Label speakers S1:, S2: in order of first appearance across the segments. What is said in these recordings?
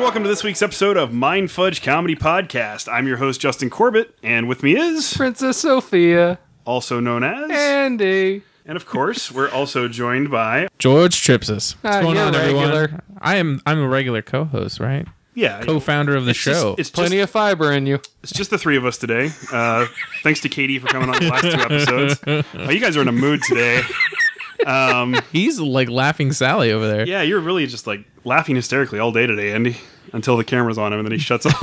S1: welcome to this week's episode of Mind Fudge Comedy Podcast. I'm your host, Justin Corbett, and with me is,
S2: Princess Sophia.
S1: also known as,
S2: Andy.
S1: and of course, we're also joined by,
S3: George Tripsis. What's
S2: Ah,
S3: going
S2: you're
S3: on,
S2: regular.
S3: everyone? I am I'm a regular co-host, right?
S1: yeah,
S3: Co-founder of the
S1: it's
S3: show.
S1: just- it's just
S2: Plenty of fiber in you.
S1: It's just the three of us today. Uh, thanks to Katie for coming on the last two episodes. Uh, you guys are in a mood today.
S3: He's like laughing Sally over there.
S1: Yeah, you're really just like laughing hysterically all day today, Andy, until the camera's on him and then he shuts off.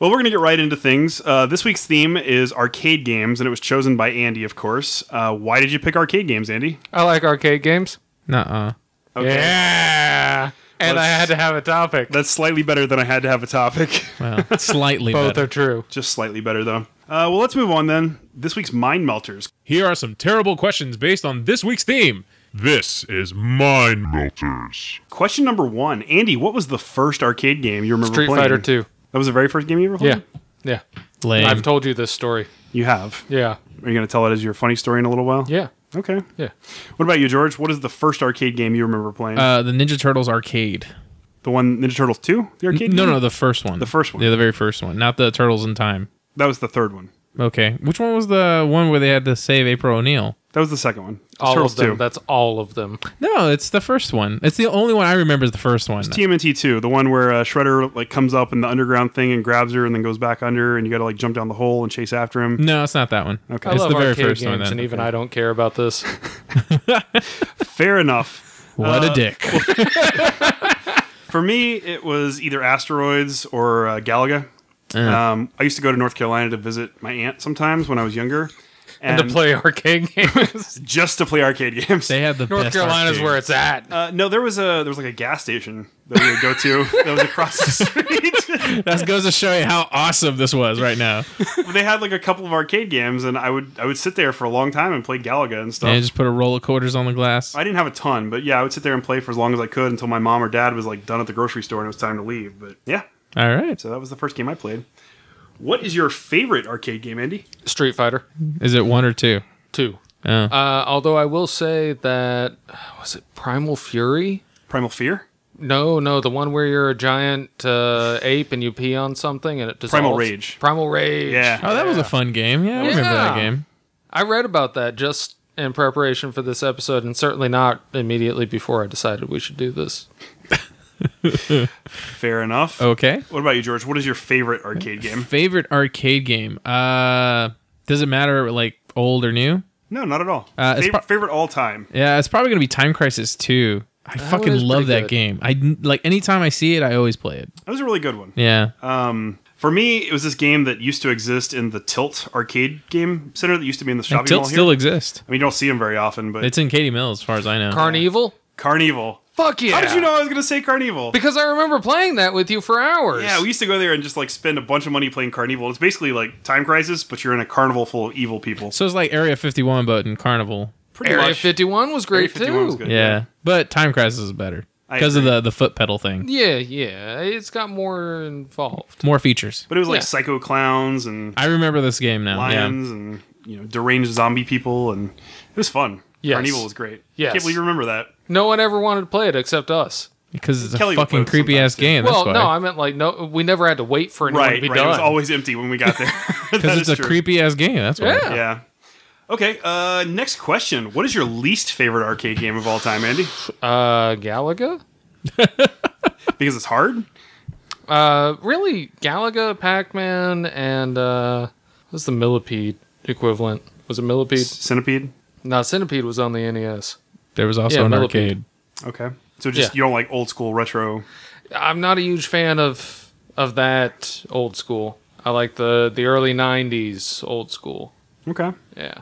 S1: well, we're going to get right into things. Uh, this week's theme is arcade games, and it was chosen by Andy, of course. Uh, why did you pick arcade games, Andy?
S2: I like arcade games.
S3: Nuh-uh.
S1: Okay.
S2: Yeah. And I
S1: Let's-
S2: had to have a topic.
S1: That's slightly better than I had to have a topic.
S3: Well, slightly
S2: Both
S3: better.
S2: are true.
S1: just slightly better, though. Uh, well, let's move on then. This week's Mind Melters.
S3: Here are some terrible questions based on this week's theme.
S4: This is Mind Melters.
S1: Question number one Andy, what was the first arcade game you remember
S2: Street
S1: playing?
S2: Fighter 2.
S1: That was the very first game you ever played?
S2: Yeah. Yeah.
S3: Lame.
S2: I've told you this story.
S1: You have.
S2: Yeah.
S1: Are you going to tell it as your funny story in a little while?
S2: Yeah.
S1: Okay.
S2: Yeah.
S1: What about you, George? What is the first arcade game you remember playing?
S3: uh, the Ninja Turtles arcade.
S1: the one Ninja Turtles Two, the arcade.
S3: No,
S1: game?
S3: no, the first one. The
S1: first one.
S3: Yeah, the very first one. Not the Turtles in Time.
S1: that was the third one.
S3: Okay. Which one was the one where they had to save April O'Neil?
S1: That was the second one. It's
S2: All
S1: Turtles
S2: of them.
S1: Two.
S2: That's all of them.
S3: No, it's the first one. It's the only one I remember is the first one.
S1: TMNT Two, the one where uh, Shredder like comes up in the underground thing and grabs her, and then goes back under, and you got to like jump down the hole and chase after him.
S3: No, it's not that one. Okay.
S2: I
S3: It's
S2: love
S3: the very
S2: arcade
S3: first
S2: games,
S3: one then.
S2: and even I don't care about this.
S1: Fair enough.
S3: what a dick.
S1: For me, it was either Asteroids or uh, Galaga. Um, I used to go to North Carolina to visit my aunt sometimes when I was younger, and,
S2: to play arcade games.
S1: just to play arcade games.
S3: They had the
S2: North
S3: best
S2: Carolina's
S3: arcade.
S2: where it's at.
S1: Uh, no, there was a there was like a gas station that we would go to that was across the street.
S3: That goes to show you how awesome this was right now.
S1: they had like a couple of arcade games, and I would I would sit there for a long time and play Galaga and stuff.
S3: and just put a roll of quarters on the glass.
S1: I didn't have a ton, but yeah, I would sit there and play for as long as I could until my mom or dad was like done at the grocery store and it was time to leave. But yeah,
S3: All right.
S1: so that was the first game I played. What is your favorite arcade game, Andy?
S2: Street Fighter
S3: Is it one or two?
S2: Two.
S3: Oh.
S2: Uh, although I will say that uh, was it Primal Fury?
S1: Primal Fear,
S2: No, no, the one where you're a giant uh, ape and you pee on something and it dissolves.
S1: Primal Rage.
S2: Primal Rage.
S1: yeah,
S3: oh, that was a fun game. Yeah, I remember that
S2: Yeah.
S3: game.
S2: I read about that just in preparation for this episode, and certainly not immediately before I decided we should do this.
S1: fair enough.
S3: Okay.
S1: What about you, George? What is your favorite arcade game?
S3: Favorite arcade game? Uh, does it matter like old or new?
S1: No, not at all.
S3: Uh, it's
S1: favorite,
S3: pro-
S1: favorite all time.
S3: Yeah, it's probably gonna be Time Crisis 2. I fucking
S2: is
S3: love
S2: pretty
S3: that
S2: good.
S3: game. I like anytime I see it, I always play it.
S1: That was a really good one.
S3: Yeah.
S2: Uh,
S1: Um, for me, it was this game that used to exist in the Tilt arcade game center that used to be in the shopping
S3: Tilt
S1: mall here.
S3: still exists.
S1: I mean, you don't see them very often, but
S3: It's in Katie Mills, as far as I know.
S2: Carnival?
S1: Carnival.
S2: Fuck yeah.
S1: How did you know I was going to say Carnival?
S2: Because I remember playing that with you for hours.
S1: yeah, we used to go there and just like spend a bunch of money playing Carnival. It's basically like Time Crisis, but you're in a carnival full of evil people.
S3: so it's like Area 51, but in Carnival.
S1: Pretty
S2: Area
S1: much.
S2: 51 was great
S1: Area 51
S2: too.
S1: was good.
S3: Yeah. but Time Crisis is better
S1: I
S3: because of the the foot pedal thing.
S2: Yeah, yeah. It's got more involved.
S3: More features.
S1: But it was like
S2: Yeah.
S1: psycho clowns and
S3: I remember this game now. Yeah.
S1: lions and you know deranged zombie people, and it was fun.
S2: Yes.
S1: Carnival was great.
S2: Yes.
S1: can't believe you remember that.
S2: No one ever wanted to play it except us.
S3: Because it's a
S1: Kelly would play
S3: fucking
S1: with sometimes,
S3: creepy ass
S1: too.
S3: game.
S2: Well,
S3: that's why.
S2: no, I meant like no. We never had to wait for anyone to
S1: Right,
S2: be
S1: right.
S2: done.
S1: It was always empty when we got there.
S3: because it's a creepy ass game. That's why.
S2: Yeah.
S1: Yeah. Okay. Uh, next question. What is your least favorite arcade game of all time, Andy?
S2: uh, Galaga.
S1: Because it's hard.
S2: Uh, really, Galaga, Pac Man, and uh, what's the millipede equivalent? Was it millipede?
S1: Centipede.
S2: No, centipede was on the E NES.
S3: There was also
S2: Yeah,
S3: an
S2: Millipede.
S3: arcade.
S1: Okay. So just
S2: Yeah.
S1: you don't like old school retro.
S2: I'm not a huge fan of of that old school. I like the the early '90s old school.
S1: Okay.
S2: Yeah.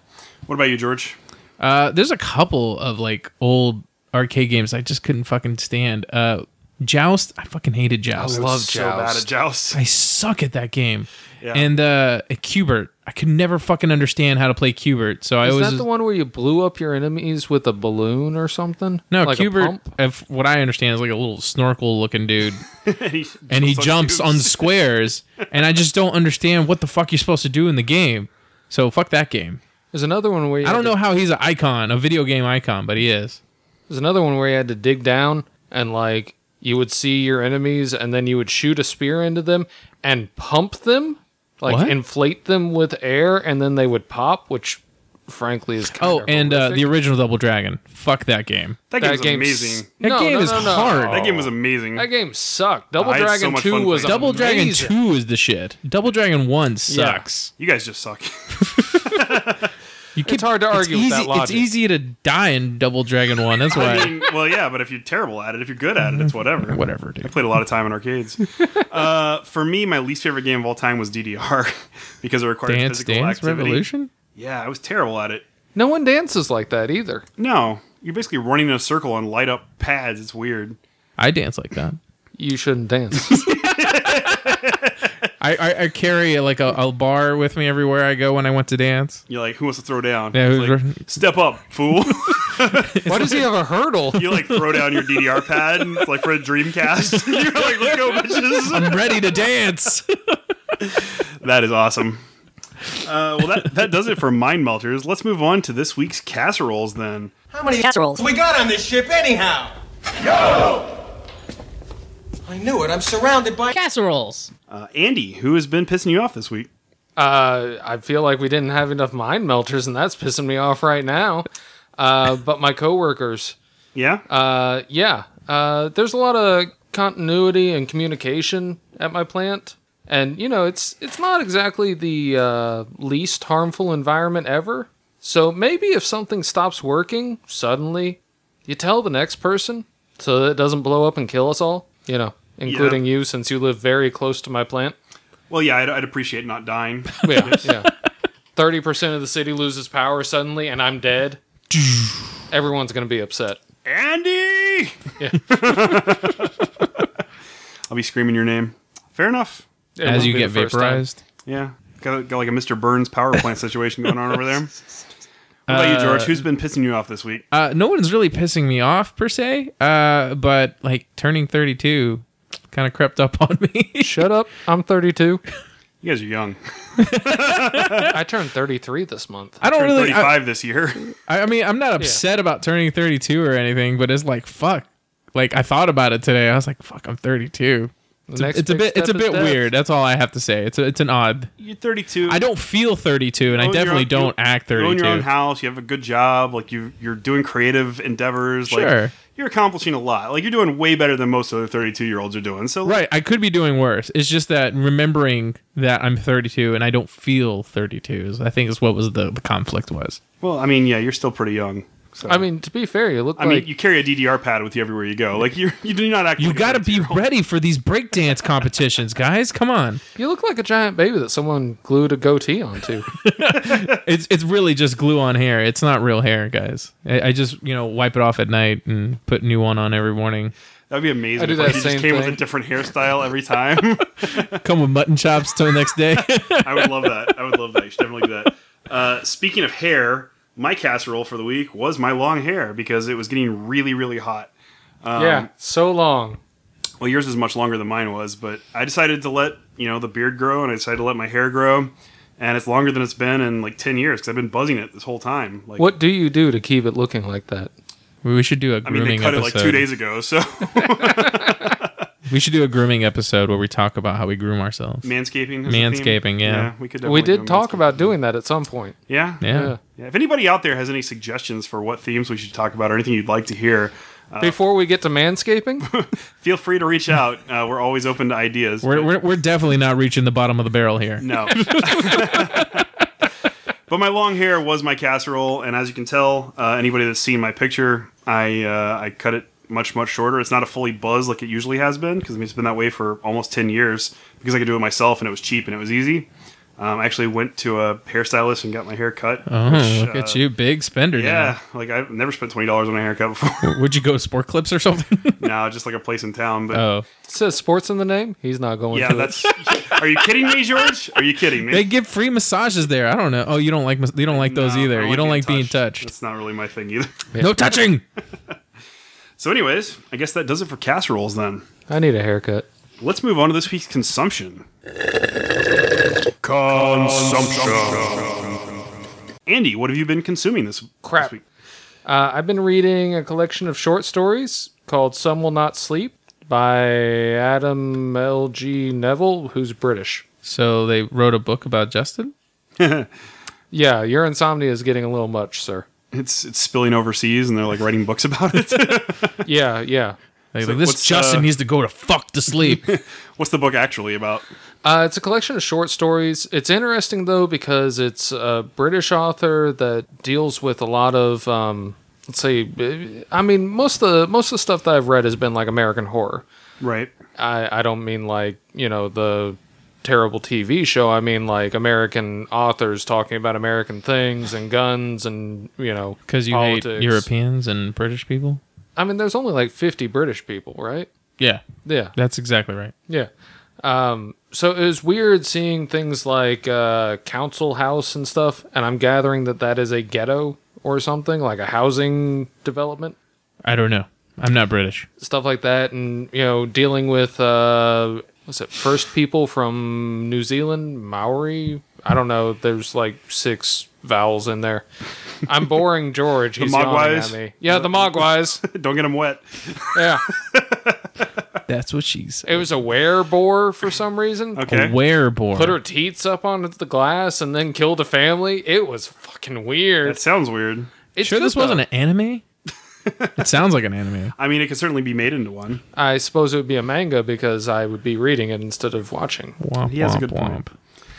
S1: What about you, George?
S3: Uh, there's a couple of like old arcade games I just couldn't fucking stand. Uh, Joust. I fucking hated Joust.
S2: I love
S1: So bad at
S2: Joust.
S1: Joust.
S3: I suck at that game.
S1: Yeah.
S3: And uh, Cubert. I could never fucking understand how to play Cubert. So I
S2: Is
S3: was
S2: that the one where you blew up your enemies with a balloon or something?
S3: no
S2: like A
S3: Cubert.
S2: pump?
S3: If what I understand is like a little snorkel looking dude.
S1: and he jumps,
S3: and he jumps on squares, and I just don't understand what the fuck you're supposed to do in the game. So fuck that game.
S2: There's another one where you
S3: I
S2: had
S3: don't
S2: to
S3: know how he's an icon, a video game icon, but he is.
S2: There's another one where you had to dig down and like you would see your enemies and then you would shoot a spear into them and pump them, like
S3: What?
S2: inflate them with air, and then they would pop, which frankly is kind
S3: Oh,
S2: of
S3: and uh, the
S2: horrific.
S3: original Double Dragon. Fuck that game.
S1: That,
S2: That
S1: game was
S2: game's-
S1: amazing.
S3: That
S2: No,
S3: game
S2: no,
S3: is
S2: no, no.
S3: hard.
S1: That game was amazing.
S2: That game sucked. Double
S1: I had so
S2: Dragon
S1: much fun
S2: Two was
S1: playing it.
S3: Double Dragon
S2: amazing.
S3: Two is the shit. Double Dragon One sucks.
S1: you guys just suck.
S3: You
S2: It's hard to argue with
S3: easy,
S2: that
S3: It's
S2: logic.
S3: easy to die in Double Dragon One. That's why.
S1: I mean, well, yeah, but if you're terrible at it, if you're good at it, it's whatever.
S3: Whatever,
S1: I
S3: dude.
S1: played a lot of time in arcades. uh, for me, my least favorite game of all time was DDR because it required
S3: Dance
S1: physical
S3: Dance
S1: activity.
S3: Revolution.
S1: Yeah, I was terrible at it.
S2: No one dances like that either.
S1: No, you're basically running in a circle and light up pads. It's weird.
S3: I dance like that.
S2: You shouldn't dance.
S3: I, I, I carry like a, a bar with me everywhere I go when I want to dance.
S1: You're like, who wants to throw down?
S3: Yeah,
S1: It's
S3: who's-
S1: like, Step up, fool.
S2: Why does he have a hurdle?
S1: you like throw down your DDR pad and it's like for a Dreamcast. you're like, let's go, bitches.
S3: I'm ready to dance.
S1: That is awesome. Uh, well, that, that does it for Mind Melters. Let's move on to this week's casseroles then.
S5: How many casseroles?
S6: we got on this ship anyhow? Yo! I knew it. I'm surrounded by
S5: Casseroles.
S1: Uh, Andy, who has been pissing you off this week?
S2: Uh, I feel like we didn't have enough mind melters, and that's pissing me off right now. Uh, but my coworkers,
S1: Yeah?
S2: uh, yeah, uh, there's a lot of continuity and communication at my plant, and you know, it's it's not exactly the uh, least harmful environment ever. So maybe if something stops working suddenly, you tell the next person so that it doesn't blow up and kill us all. You know, including you, since you live very close to my plant.
S1: well, yeah, I'd, I'd appreciate not dying.
S2: Yeah, yeah. Thirty percent of the city loses power suddenly, and I'm dead. Everyone's gonna be upset.
S1: Andy!
S2: Yeah.
S1: I'll be screaming your name. Fair enough.
S2: It
S3: As
S2: won't
S3: you
S2: be
S3: get
S2: the first time.
S3: vaporized.
S1: Yeah. Got, got like a Mr. Burns power plant situation going on over there. What about you, George? Who's been pissing you off this week?
S3: Uh, no one's really pissing me off per se, uh, but like turning 32 kind of crept up on me.
S2: Shut up! I'm 32.
S1: You guys are young.
S2: I turned 33 this month.
S3: I don't
S1: Turned
S3: really. I,
S1: 35 this year.
S3: I I mean, I'm not upset about turning 32 or anything, but it's like fuck. Like I thought about it today. I was like, fuck, I'm 32. It's a,
S2: next
S3: it's a
S2: big
S3: bit. It's a
S2: step is
S3: bit
S2: death.
S3: weird. That's all I have to say. It's a, it's an odd.
S1: You're 32.
S3: I don't feel 32, and I
S1: own your
S3: definitely
S1: own-
S3: don't
S1: you-
S3: act
S1: You own
S3: 32.
S1: your own house. You have a good job. Like you, you're doing creative endeavors.
S3: Sure.
S1: Like you're accomplishing a lot. Like you're doing way better than most other 32 year olds are doing. So
S3: Right, I could be doing worse. It's just that remembering that I'm 32 and I don't feel 32 is, I think, is what was the, the conflict was.
S1: Well, I mean, yeah, you're still pretty young. So.
S2: I mean, to be fair, you look
S1: I
S2: like
S1: mean, you carry a DDR pad with you everywhere you go. Like you, you do not act.
S3: You
S1: like a
S3: got to be
S1: 32-year-old.
S3: ready for these breakdance competitions, guys. Come on,
S2: you look like a giant baby that someone glued a goatee onto.
S3: it's it's really just glue on hair. It's not real hair, guys. I, I just you know wipe it off at night and put new one on every morning.
S1: That'd be amazing.
S2: I do
S1: if,
S2: that
S1: like, you just
S2: same
S1: came with a
S2: thing.
S1: different hairstyle every time.
S3: Come with mutton chops till the next day.
S1: I would love that. I would love that. You should definitely do that. Uh, speaking of hair, my casserole for the week was my long hair because it was getting really, really hot. Um,
S2: yeah, so long.
S1: Well, yours is much longer than mine was, but I decided to let you know the beard grow, and I decided to let my hair grow, and it's longer than it's been in like ten years because I've been buzzing it this whole time. Like,
S2: What do you do to keep it looking like that?
S3: we should do a
S1: I mean, they
S3: grooming
S1: cut
S3: episode.
S1: it like two days ago, so
S3: We should do a grooming episode where we talk about how we groom ourselves.
S1: manscaping. Is a theme.
S3: Manscaping, yeah.
S1: we could.
S2: We
S1: definitely do
S2: did
S1: a
S2: talk
S1: manscaping.
S2: about doing that at some point.
S1: Yeah,
S3: Yeah.
S1: Yeah, if anybody out there has any suggestions for what themes we should talk about or anything you'd like to hear,
S2: Before we get to manscaping,
S1: feel free to reach out. Uh, we're always open to ideas.
S3: We're, we're, we're definitely not reaching the bottom of the barrel here.
S1: No. but my long hair was my casserole, and as you can tell, uh, anybody that's seen my picture, I uh, I cut it much much shorter. It's not a fully buzz like it usually has been because I mean it's been that way for almost ten years because I could do it myself and it was cheap and it was easy. Um, I actually went to a hairstylist and got my hair cut.
S3: Oh,
S1: which,
S3: look
S1: uh,
S3: at you, big spender.
S1: Yeah, like I've never spent twenty dollars on a haircut before.
S3: Now. Would you go to Sport Clips or something?
S1: no, just like a place in town. But
S3: oh,
S2: it says sports in the name. He's not going
S1: yeah,
S2: to it.
S1: that's. Are you kidding me, George? Are you kidding me?
S3: they give free massages there. I don't know. Oh, you don't like mas- you don't like those
S1: No,
S3: either.
S1: Um, I
S3: You don't like being touched.
S1: That's not really my thing either.
S3: No touching.
S1: So, anyways, I guess that does it for casseroles then.
S2: I need a haircut.
S1: Let's move on to this week's consumption. Consumption. Andy, what have you been consuming this,
S2: Crap.
S1: this week?
S2: Uh, I've been reading a collection of short stories called Some Will Not Sleep by Adam L.G. Neville, who's British.
S3: So they wrote a book about Justin.
S2: Yeah, your insomnia is getting a little much, sir.
S1: It's it's spilling overseas, and they're like writing books about it.
S2: Yeah, yeah.
S3: Like,
S1: So
S3: like, this
S1: what's,
S3: Justin
S1: uh,
S3: needs to go to fuck to sleep.
S1: What's the book actually about?
S2: Uh, it's a collection of short stories. It's interesting though because it's a British author that deals with a lot of, um, let's say, I mean, most of the most of the stuff that I've read has been like American horror.
S1: Right.
S2: I, I don't mean like you know the terrible TV show. I mean like American authors talking about American things and guns and you know
S3: Because you hate
S2: politics.
S3: Europeans and British people?
S2: I mean, there's only like 50 British people, right?
S3: Yeah,
S2: Yeah.
S3: that's exactly right.
S2: Yeah. Um, so it was weird seeing things like uh, council house and stuff, and I'm gathering that that is a ghetto or something like a housing development,
S3: I don't know. I'm not British.
S2: stuff like that, and you know dealing with uh, what's it, first people from New Zealand, Maori. I don't know. There's like six vowels in there. I'm boring George. He's yawning at
S1: Mogwais?
S2: me. Yeah, the Mogwais.
S1: Don't get them wet.
S2: Yeah,
S3: That's what she said.
S2: it was a werebore for some reason.
S1: Okay.
S3: Werebore.
S2: put her teats up onto the glass and then killed a family. It was fucking weird.
S1: That sounds weird.
S2: it's
S3: sure
S2: good,
S3: this wasn't
S2: though.
S3: an anime? it sounds like an anime.
S1: I mean, it could certainly be made into one.
S2: I suppose it would be a manga because I would be reading it instead of watching.
S3: Womp,
S1: He has a
S3: womp,
S1: good point.
S3: womp.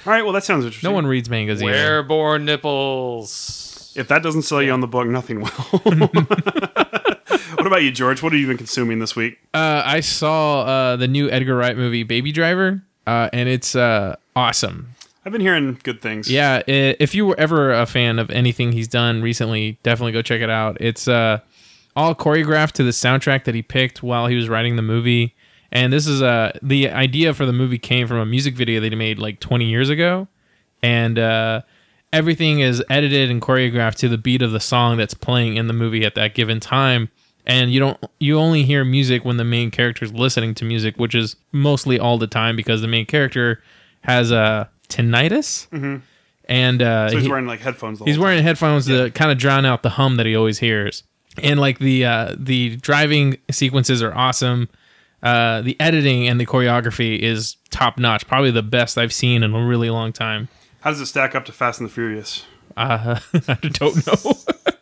S1: All right. Well, that sounds interesting.
S3: No one reads mangas either.
S2: Werebore nipples.
S1: If that doesn't sell you on the book, nothing will. what about you, George? What have you been consuming this week?
S3: Uh, I saw uh, the new Edgar Wright movie, Baby Driver, uh, and it's uh, awesome.
S1: I've been hearing good things.
S3: Yeah, i- if you were ever a fan of anything he's done recently, definitely go check it out. It's uh, all choreographed to the soundtrack that he picked while he was writing the movie. And this is uh, the idea for the movie came from a music video that he made like 20 years ago. And uh, everything is edited and choreographed to the beat of the song that's playing in the movie at that given time. And you don't you only hear music when the main character is listening to music, which is mostly all the time because the main character has a tinnitus and uh,
S1: Mm-hmm. So he's
S3: he-
S1: wearing like headphones. The
S3: he's
S1: whole
S3: wearing headphones to kind of drown out the hum that he always hears. And like the uh, the driving sequences are awesome. Uh, the editing and the choreography is top notch, probably the best I've seen in a really long time.
S1: time. How does it stack up to Fast and the Furious?
S3: Uh, I don't know.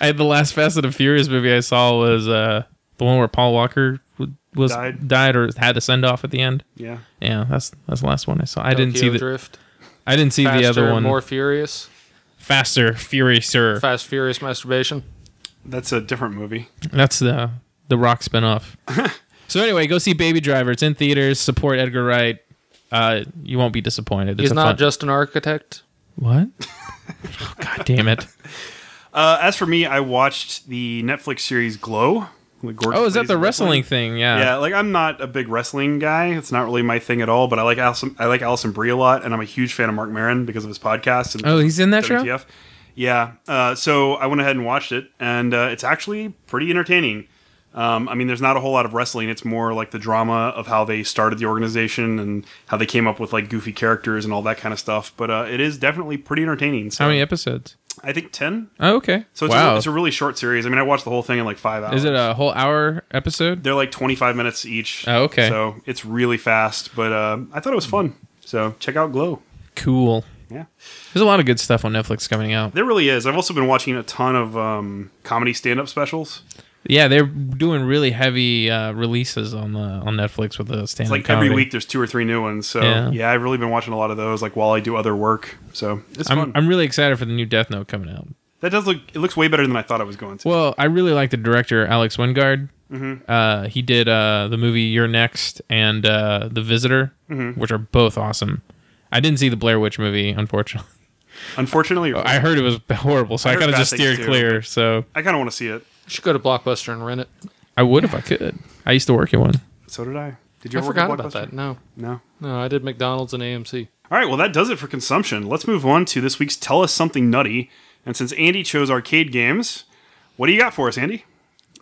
S3: I the last Fast and the Furious movie I saw was uh, the one where Paul Walker w- was
S1: Died.
S3: died or had the send off at the end.
S1: Yeah.
S3: Yeah, that's that's the last one I saw. I didn't see
S2: Tokyo
S3: the
S2: drift.
S3: I didn't see
S2: Faster,
S3: the other one.
S2: more furious.
S3: Faster, Furiouser.
S2: Fast, furious masturbation.
S1: That's a different movie.
S3: That's the the Rock spinoff. so anyway, go see Baby Driver. It's in theaters. Support Edgar Wright. Uh, you won't be disappointed. It's
S2: He's
S3: a
S2: not
S3: fun-
S2: just an architect.
S3: what. Oh, God damn it!
S1: Uh, as for me, I watched the Netflix series Glow. with Gordon
S3: Oh, is that
S1: Ramsay
S3: the wrestling thing? Yeah.
S1: Yeah, like I'm not a big wrestling guy. It's not really my thing at all. But I like Allison. I like Allison Brie a lot, and I'm a huge fan of Mark Maron because of his podcast. And
S3: Oh, he's in that show.
S1: WTF. Yeah. Uh, so I went ahead and watched it, and uh, it's actually pretty entertaining. Um, I mean, there's not a whole lot of wrestling. It's more like the drama of how they started the organization and how they came up with like goofy characters and all that kind of stuff. But uh, it is definitely pretty entertaining. So
S3: How many episodes?
S1: I think ten.
S3: Oh, okay.
S1: So it's,
S3: wow.
S1: a, it's a really short series. I mean, I watched the whole thing in like five hours.
S3: is it a whole hour episode?
S1: They're like 25 minutes each.
S3: Oh, okay.
S1: So it's really fast, but uh, I thought it was fun. So check out Glow.
S3: Cool.
S1: Yeah.
S3: There's a lot of good stuff on Netflix coming out.
S1: There really is. I've also been watching a ton of um, comedy stand up specials.
S3: Yeah, they're doing really heavy uh, releases on the on Netflix with the stand-up
S1: It's like
S3: comedy.
S1: every week there's two or three new ones. So
S3: Yeah.
S1: yeah. I've really been watching a lot of those like while I do other work. So it's
S3: I'm,
S1: fun.
S3: I'm really excited for the new Death Note coming out.
S1: that does look, it looks way better than I thought it was going to.
S3: Well, I really like the director Alex Wingard.
S1: Mm-hmm.
S3: Uh, he did uh, the movie You're Next and uh, The Visitor,
S1: Mm-hmm.
S3: which are both awesome. I didn't see the Blair Witch movie, unfortunately.
S1: Unfortunately, or-
S3: I heard it was horrible, so I,
S1: I heard
S3: kind of
S1: bad
S3: just
S1: things,
S3: steered
S1: too.
S3: clear. So
S1: I kind of want to see it.
S2: You should go to Blockbuster and rent it.
S3: I would if I could. I used to work at one.
S1: So did I. Did you
S2: I
S1: ever
S2: forgot
S1: work at
S2: about
S1: Blockbuster?
S2: that. No,
S1: No.
S2: no, I did McDonald's and AMC.
S1: All right, well, that does it for consumption. Let's move on to this week's Tell Us Something Nutty. And since Andy chose arcade games, what do you got for us, Andy?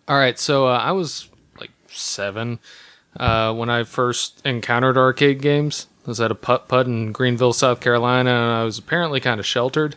S2: All right, so uh, I was like seven uh, when I first encountered arcade games. I was at a putt putt in Greenville, South Carolina, and I was apparently kind of sheltered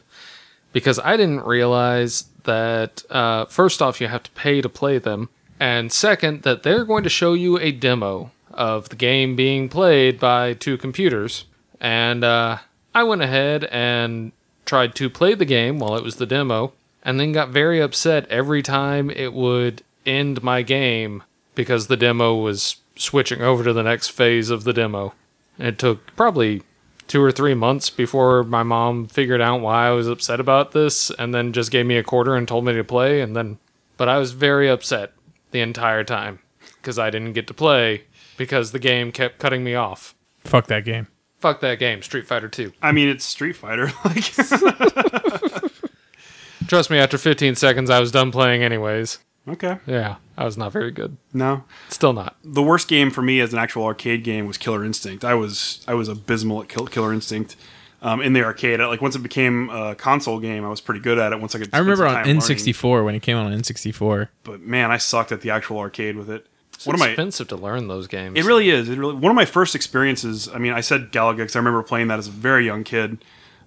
S2: because I didn't realize that uh, first off, you have to pay to play them, And second, that they're going to show you a demo of the game being played by two computers. And uh, I went ahead and tried to play the game while it was the demo, and then got very upset every time it would end my game because the demo was switching over to the next phase of the demo. And it took probably two or three months before my mom figured out why I was upset about this and then just gave me a quarter and told me to play and then but I was very upset the entire time because I didn't get to play because the game kept cutting me off.
S3: Fuck that game.
S2: Fuck that game, Street Fighter 2.
S1: I mean, it's Street Fighter. Like,
S2: Trust me, after 15 seconds I was done playing anyways.
S1: okay,
S2: Yeah, I was not very good.
S1: no,
S2: Still not.
S1: the worst game for me as an actual arcade game was Killer Instinct. I was I was abysmal at Kill, Killer Instinct um, in the arcade. I, like once it became a console game, I was pretty good at it. Once I could,
S3: I
S1: spend
S3: remember
S1: some
S3: on
S1: time learning.
S3: N64 when it came out on N64.
S1: but man, I sucked at the actual arcade with it.
S2: It's
S1: One of my
S2: expensive to learn those games.
S1: It really is. It really one of my first experiences. I mean, I said Galaga because I remember playing that as a very young kid,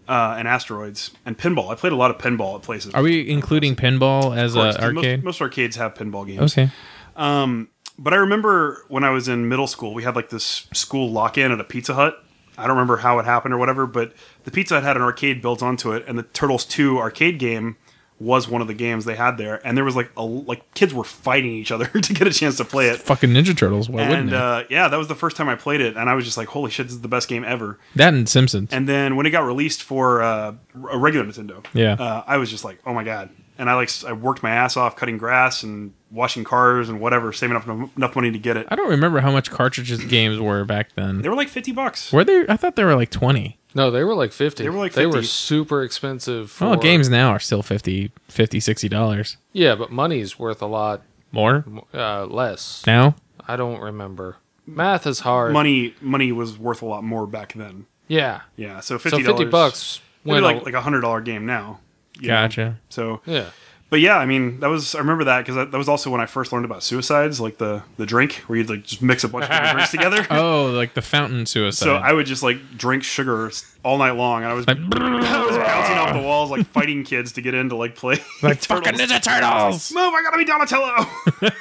S1: uh, and Asteroids and pinball. I played a lot of pinball at places.
S3: Are we including pinball as
S1: Of course,
S3: an
S1: 'cause most-
S3: arcade?
S1: Most, arcades have pinball games.
S3: okay.
S1: But I remember when I was in middle school, we had like this school lock in at a Pizza Hut. I don't remember how it happened or whatever, but the Pizza Hut had an arcade built onto it, and the Turtles 2 arcade game was one of the games they had there. And there was like a, like kids were fighting each other to get a chance to play it.
S3: Fucking Ninja Turtles. Why wouldn't
S1: And
S3: it?
S1: uh, yeah, that was the first time I played it, and I was just like, "Holy shit, this is the best game ever!"
S3: that and Simpsons.
S1: And then when it got released for uh, a regular Nintendo,
S3: Yeah.
S1: uh, I was just like, "Oh my god!" And I like s- I worked my ass off cutting grass and washing cars and whatever, saving up enough enough money to get it.
S3: I don't remember how much cartridges games were back then.
S1: They were like fifty bucks.
S3: Were they? I thought they were like twenty.
S2: No, they were like 50.
S1: They were like
S2: They were
S1: 50.
S2: super expensive. For,
S3: Well, Oh, games now are still 50 50 60 dollars
S2: Yeah, but money's worth a lot
S3: more
S2: uh, less.
S3: now.
S2: I don't remember. Math is hard.
S1: Money money was worth a lot more back then.
S2: Yeah.
S1: Yeah, so
S2: So
S1: fifty
S2: 50 bucks
S1: would
S2: went
S1: be like
S2: a-
S1: like a hundred dollar game now. you know?
S3: Gotcha.
S1: So,
S2: Yeah.
S1: but yeah, I mean, that was I remember that because that, that was also when I first learned about suicides, like the the drink where you'd like just mix a bunch of different drinks together.
S3: Oh, like the fountain suicide.
S1: So I would just like drink sugar all night long, and I was, I was bouncing off the walls like fighting kids to get in to like play
S3: like
S1: Turtles.
S3: fucking Ninja Turtles.
S1: Move! I gotta be Donatello.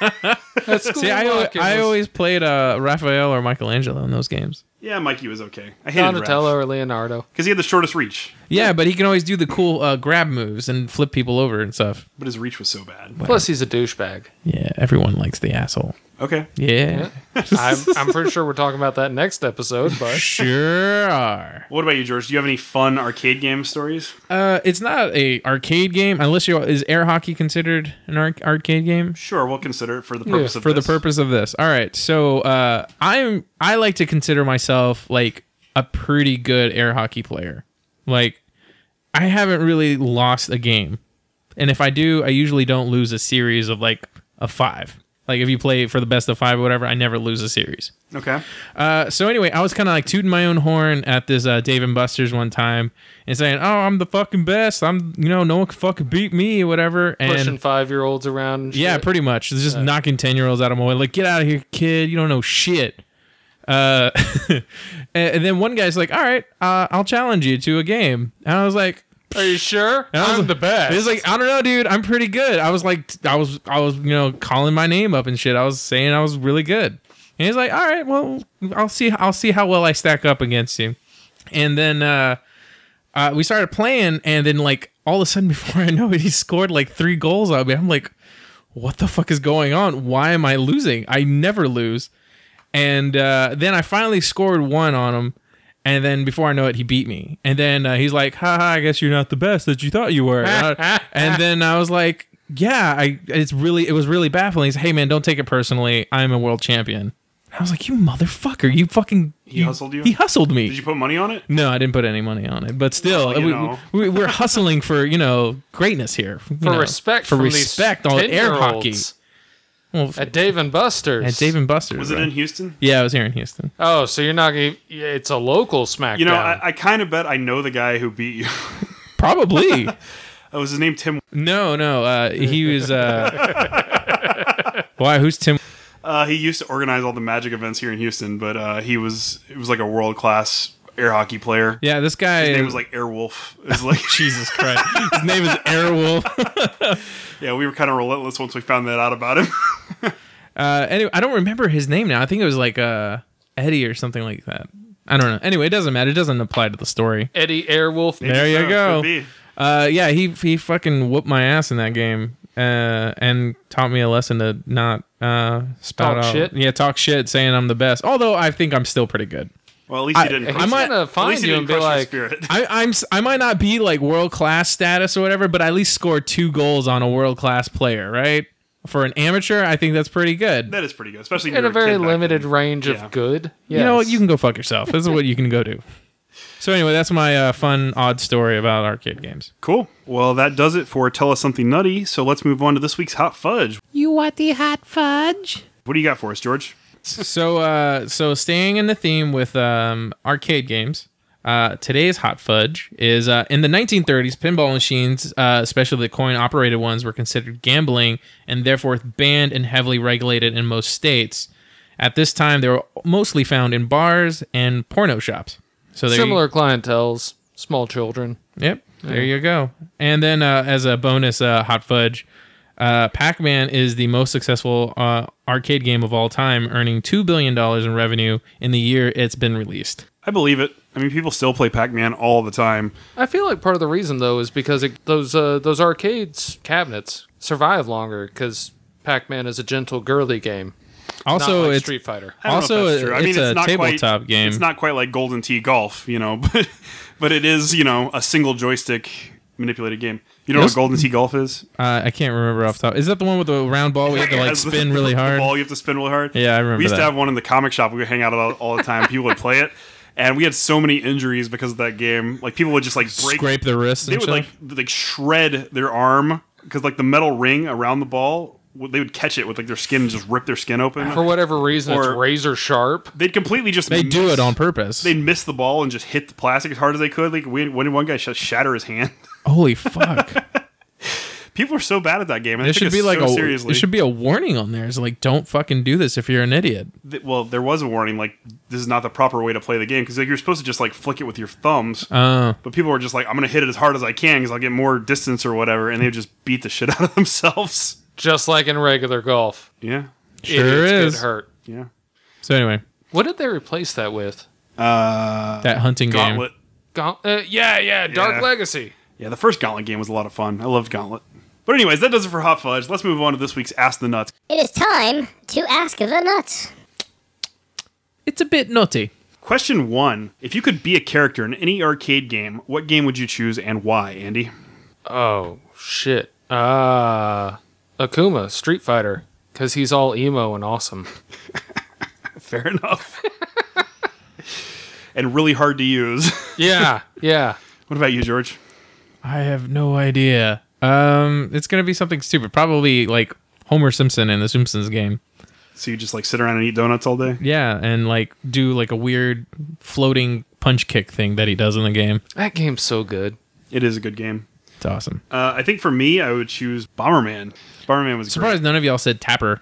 S3: See, I, al- I always played uh, Raphael or Michelangelo in those games.
S1: yeah, Mikey was okay. I hated
S2: Donatello or Leonardo.
S1: because he had the shortest reach,
S3: Yeah, but he can always do the cool uh, grab moves and flip people over and stuff.
S1: but his reach was so bad.
S2: Plus, he's a douchebag.
S3: Yeah, everyone likes the asshole.
S1: Okay,
S3: Yeah,
S2: I'm, I'm pretty sure we're talking about that next episode, but
S3: sure are.
S1: what about you, George? Do you have any fun arcade game stories?
S3: Uh, it's not a arcade game unless you is air hockey considered an ar- arcade game?
S1: Sure, we'll consider it for the purpose of
S3: for
S1: this.
S3: the purpose of this. All right, so uh, I'm I like to consider myself like a pretty good air hockey player. Like I haven't really lost a game, and if I do, I usually don't lose a series of like a five. Like if you play for the best of five or whatever, I never lose a series.
S1: Okay,
S3: Uh, so anyway, I was kind of like tooting my own horn at this uh, Dave and Buster's one time and saying, "Oh, I'm the fucking best. I'm you know no one can fucking beat me, whatever." And
S2: pushing five year olds around. and
S3: yeah,
S2: shit.
S3: pretty much. It's just knocking ten year olds out of my way. Like, get out of here, kid. You don't know shit. Uh, and, and then one guy's like, "All right, uh, I'll challenge you to a game." And I was like,
S2: Are you sure?
S3: I was
S2: I'm
S3: like-
S2: the best.
S3: He's like, "I don't know, dude. I'm pretty good." I was like, I was, I was, you know, calling my name up and shit. I was saying I was really good. And he's like, "All right, well, I'll see, I'll see how well I stack up against you." And then uh, uh, we started playing, and then like all of a sudden, before I know it, he scored like three goals on me. I'm like, what the fuck is going on? Why am I losing? I never lose. And uh, then I finally scored one on him. And then before I know it, he beat me. And then uh, he's like, "Ha ha! I guess you're not the best that you thought you were. And, I- and then I was like, yeah, I, it's really, it was really baffling. He's, hey man, don't take it personally. I'm a world champion. I was like, you motherfucker, you fucking. He
S1: hustled you?
S3: He hustled me.
S1: did you put money on it?
S3: No, I didn't put any money on it, but still,
S1: Well, you
S3: we,
S1: know.
S3: we, we're hustling for you know greatness here you
S2: for
S3: know,
S2: respect
S3: for
S2: from these
S3: respect on air hockey
S2: 10-year-olds
S3: well,
S2: at Dave and Buster's.
S3: at Dave and Buster's.
S1: Was it
S3: right?
S1: in Houston?
S3: Yeah, I was here in Houston.
S2: oh, so you're not gonna? yeah, It's a local smackdown.
S1: You know, I, I kind of bet I know the guy who beat you.
S3: Probably.
S1: Uh, was his name Tim?
S3: no, no, uh, he was. Uh, why? Who's Tim?
S1: Uh, he used to organize all the magic events here in Houston, but uh, he was it was like a world class air hockey player.
S3: Yeah, this guy.
S1: His name was like Airwolf. It was like
S3: Jesus Christ. His name is Airwolf.
S1: Yeah, we were kind of relentless once we found that out about him.
S3: Uh, anyway, I don't remember his name now. I think it was like uh, Eddie or something like that. I don't know. Anyway, it doesn't matter. It doesn't apply to the story.
S2: Eddie Airwolf.
S3: There you
S1: Yeah,
S3: go.
S1: could be.
S3: Uh, yeah, he he fucking whooped my ass in that game, uh, and taught me a lesson to not uh spout
S2: Talk
S3: out-
S2: shit?
S3: Yeah, talk shit, saying I'm the best. Although I think I'm still pretty good.
S1: Well, at least
S3: I-
S1: you didn't.
S3: I
S1: crush-
S2: I'm
S3: might-
S2: gonna
S1: at
S2: find
S1: least you
S2: you
S1: didn't
S2: and be
S1: crush your
S2: like,
S1: spirit.
S3: I, I'm s- I might not be like world class status or whatever, but I at least scored two goals on a world class player, right? For an amateur, I think that's pretty good.
S1: That is pretty good, especially if
S2: in
S1: you
S2: a
S1: were kid
S2: very
S1: back
S2: limited
S1: then.
S2: range
S1: Yeah.
S2: of good.
S3: You know what?
S2: Yes.
S3: You can go fuck yourself. This is what you can go do. So anyway, that's my uh, fun odd story about arcade games.
S1: Cool. Well, that does it for tell us something nutty. So let's move on to this week's hot fudge.
S5: You want the hot fudge?
S1: What do you got for us, George?
S3: So uh, so staying in the theme with um, arcade games. Uh, today's hot fudge is uh, in the 1930s. Pinball machines, uh, especially the coin-operated ones, were considered gambling and therefore banned and heavily regulated in most states. At this time, they were mostly found in bars and porno shops. So there you-
S2: similar clientels, small children.
S3: Yep. There you go. And then uh, as a bonus, uh, hot fudge, uh, Pac-Man is the most successful uh, arcade game of all time, earning two billion dollars in revenue in the year it's been released.
S1: I believe it. I mean, people still play Pac Man all the time.
S2: I feel like part of the reason though is because it, those uh, those arcades cabinets survive longer because Pac-Man is a gentle girly game, not
S3: Also,
S2: like
S3: it's
S2: Street Fighter.
S1: I don't know if
S3: Also,
S1: that's true. I mean,
S3: it's a
S1: not
S3: tabletop
S1: quite,
S3: game.
S1: It's not quite like Golden Tee Golf, you know, but, but it is, you know, a single joystick manipulated game. You know
S3: Yes.
S1: what Golden Tee Golf is?
S3: uh, I can't remember off the top. Is that the one with the round ball we have to like
S1: Has the-
S3: spin really
S1: the
S3: hard?
S1: ball you have to spin really hard.
S3: Yeah, I remember
S1: We used
S3: that.
S1: to have one in the comic shop. We would hang out all, all the time. People would play it, and we had so many injuries because of that game. Like people would just like break
S3: Scrape the wrist.
S1: they
S3: and
S1: would
S3: shit?
S1: like like shred their arm because like the metal ring around the ball would- they would catch it with like their skin and just rip their skin open
S2: For whatever reason, it's
S1: Or-
S2: razor sharp.
S1: they'd completely just
S3: They do
S1: miss-
S3: it on purpose.
S1: they'd miss the ball and just hit the plastic as hard as they could like we, when one guy sh- shatter his hand
S3: Holy fuck!
S1: people are so bad at that game and
S3: There
S1: it
S3: should be like
S1: so
S3: a
S1: seriously
S3: there should be a warning on there. It's like don't fucking do this if you're an idiot.
S1: Th- well there was a warning like this is not the proper way to play the game because like, you're supposed to just like flick it with your thumbs
S3: Uh,
S1: but people were just like i'm gonna hit it as hard as i can because i'll get more distance or whatever and they would just beat the shit out of themselves
S2: Just like in regular golf,
S1: yeah
S3: Sure
S2: Idiots get
S3: is.
S2: hurt.
S1: yeah
S3: so anyway,
S2: What did they replace that with?
S1: uh
S3: that hunting game.
S1: gauntlet
S2: Gaunt- uh, yeah, yeah, Dark
S1: Yeah.
S2: Legacy.
S1: Yeah, the first Gauntlet game was a lot of fun. I loved Gauntlet. But anyways, that does it for Hot Fudge. Let's move on to this week's Ask the Nuts.
S7: It is time to ask the nuts.
S3: It's a bit nutty.
S1: Question one: If you could be a character in any arcade game, what game would you choose and why, Andy?
S2: Oh shit. Ah, Akuma, Street Fighter, because he's all emo and awesome.
S1: Fair enough. and really hard to use.
S2: Yeah, yeah.
S1: what about you, George?
S3: I have no idea. Um, it's gonna be something stupid. Probably like Homer Simpson in the Simpsons game.
S1: So you just like sit around and eat donuts all day?
S3: Yeah, and like do like a weird floating punch kick thing that he does in the game.
S2: That game's so good.
S1: It is a good game.
S3: It's awesome.
S1: Uh, I think for me, I would choose Bomberman. Bomberman was
S3: Surprised
S1: great.
S3: none of y'all said Tapper.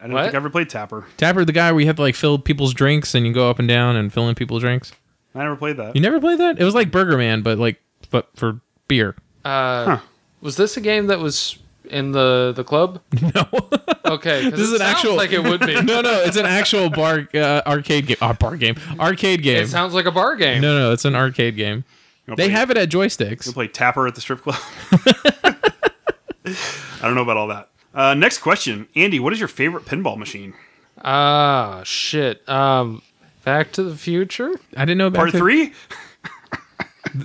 S1: I don't
S2: What?
S1: think I ever played Tapper.
S3: Tapper, the guy where you have to like fill people's drinks and you go up and down and fill in people's drinks.
S1: I never played that.
S3: You never played that? It was like Burger Man, but like but for beer.
S2: Was this a game that was in the the club?
S3: No,
S2: Okay, 'cause
S3: this is
S2: it
S3: an
S2: sounds
S3: actual.
S2: like it would be.
S3: no, no, it's an actual bar uh, arcade game. Uh, bar game, arcade game.
S2: It sounds like a bar game.
S3: no, no, it's an arcade game.
S1: You wanna
S3: They
S1: play-
S3: have it at joysticks.
S1: You play Tapper at the strip club. I don't know about all that. Uh, next question, Andy. What is your favorite pinball machine?
S2: Ah, shit. Um, Back to the Future.
S3: I didn't know about
S1: Part
S3: the-
S1: three?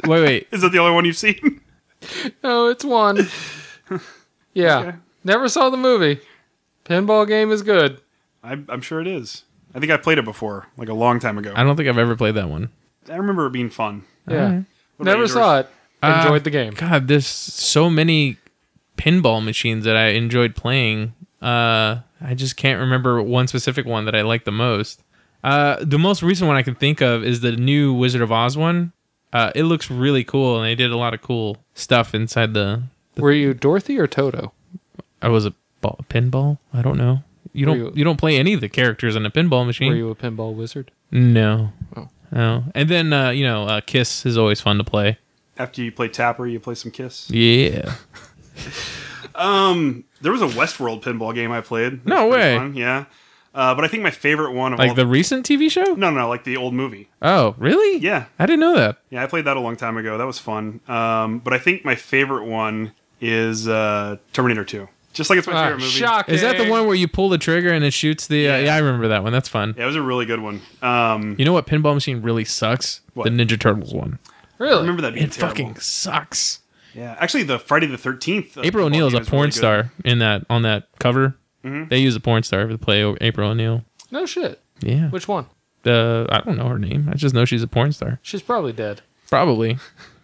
S3: Wait, wait.
S1: Is that the only one you've seen?
S2: No, it's one. Yeah, never saw the movie. Pinball game is good.
S1: I'm, I'm sure it is. I think I played it before, like a long time ago.
S3: I don't think I've ever played that one.
S1: I remember it being fun.
S2: Yeah,
S1: about
S2: never
S1: yours?
S2: saw it. Enjoyed
S3: Uh,
S2: the game.
S3: God, there's so many pinball machines that I enjoyed playing. Uh, I just can't remember one specific one that I liked the most. Uh, the most recent one I can think of is the new Wizard of Oz one. Uh, it looks really cool, and they did a lot of cool stuff inside the.
S2: Were you Dorothy or Toto?
S3: I was a ball, pinball. I don't know. You don't
S2: Were you-
S3: you, don't play any of the characters in a pinball machine.
S2: Were you a pinball wizard?
S3: No. Oh. And then uh, you know, uh, Kiss is always fun to play.
S1: After you play Tapper, you play some Kiss.
S3: Yeah.
S1: There was a Westworld pinball game I played.
S3: No
S1: It was pretty
S3: way.
S1: fun, Yeah, uh, but I think my favorite one of all
S3: Like the recent TV show?
S1: no, no, like the old movie.
S3: Oh, really?
S1: Yeah.
S3: I didn't know that.
S1: Yeah, I played that a long time ago. That was fun. Um, but I think my favorite one is uh, Terminator Two. Just like it's my
S2: Ah,
S1: favorite movie.
S2: shocking.
S3: Is that the one where you pull the trigger and it shoots the? Uh,
S1: Yeah.
S3: yeah, I remember that one. That's fun.
S1: Yeah, it was a really good one. Um,
S3: You know what pinball machine really sucks?
S1: What?
S3: The Ninja Turtles one.
S2: Really?
S1: I remember that being
S3: It
S1: terrible.
S3: fucking sucks.
S1: yeah. Actually, the Friday the Thirteenth.
S3: April O'Neil is a porn star in that on that cover. They use a porn star to play o- April O'Neil.
S2: No shit.
S3: Yeah.
S2: Which one?
S3: Uh, I don't know her name. I just know she's a porn star.
S2: She's probably dead.
S3: Probably.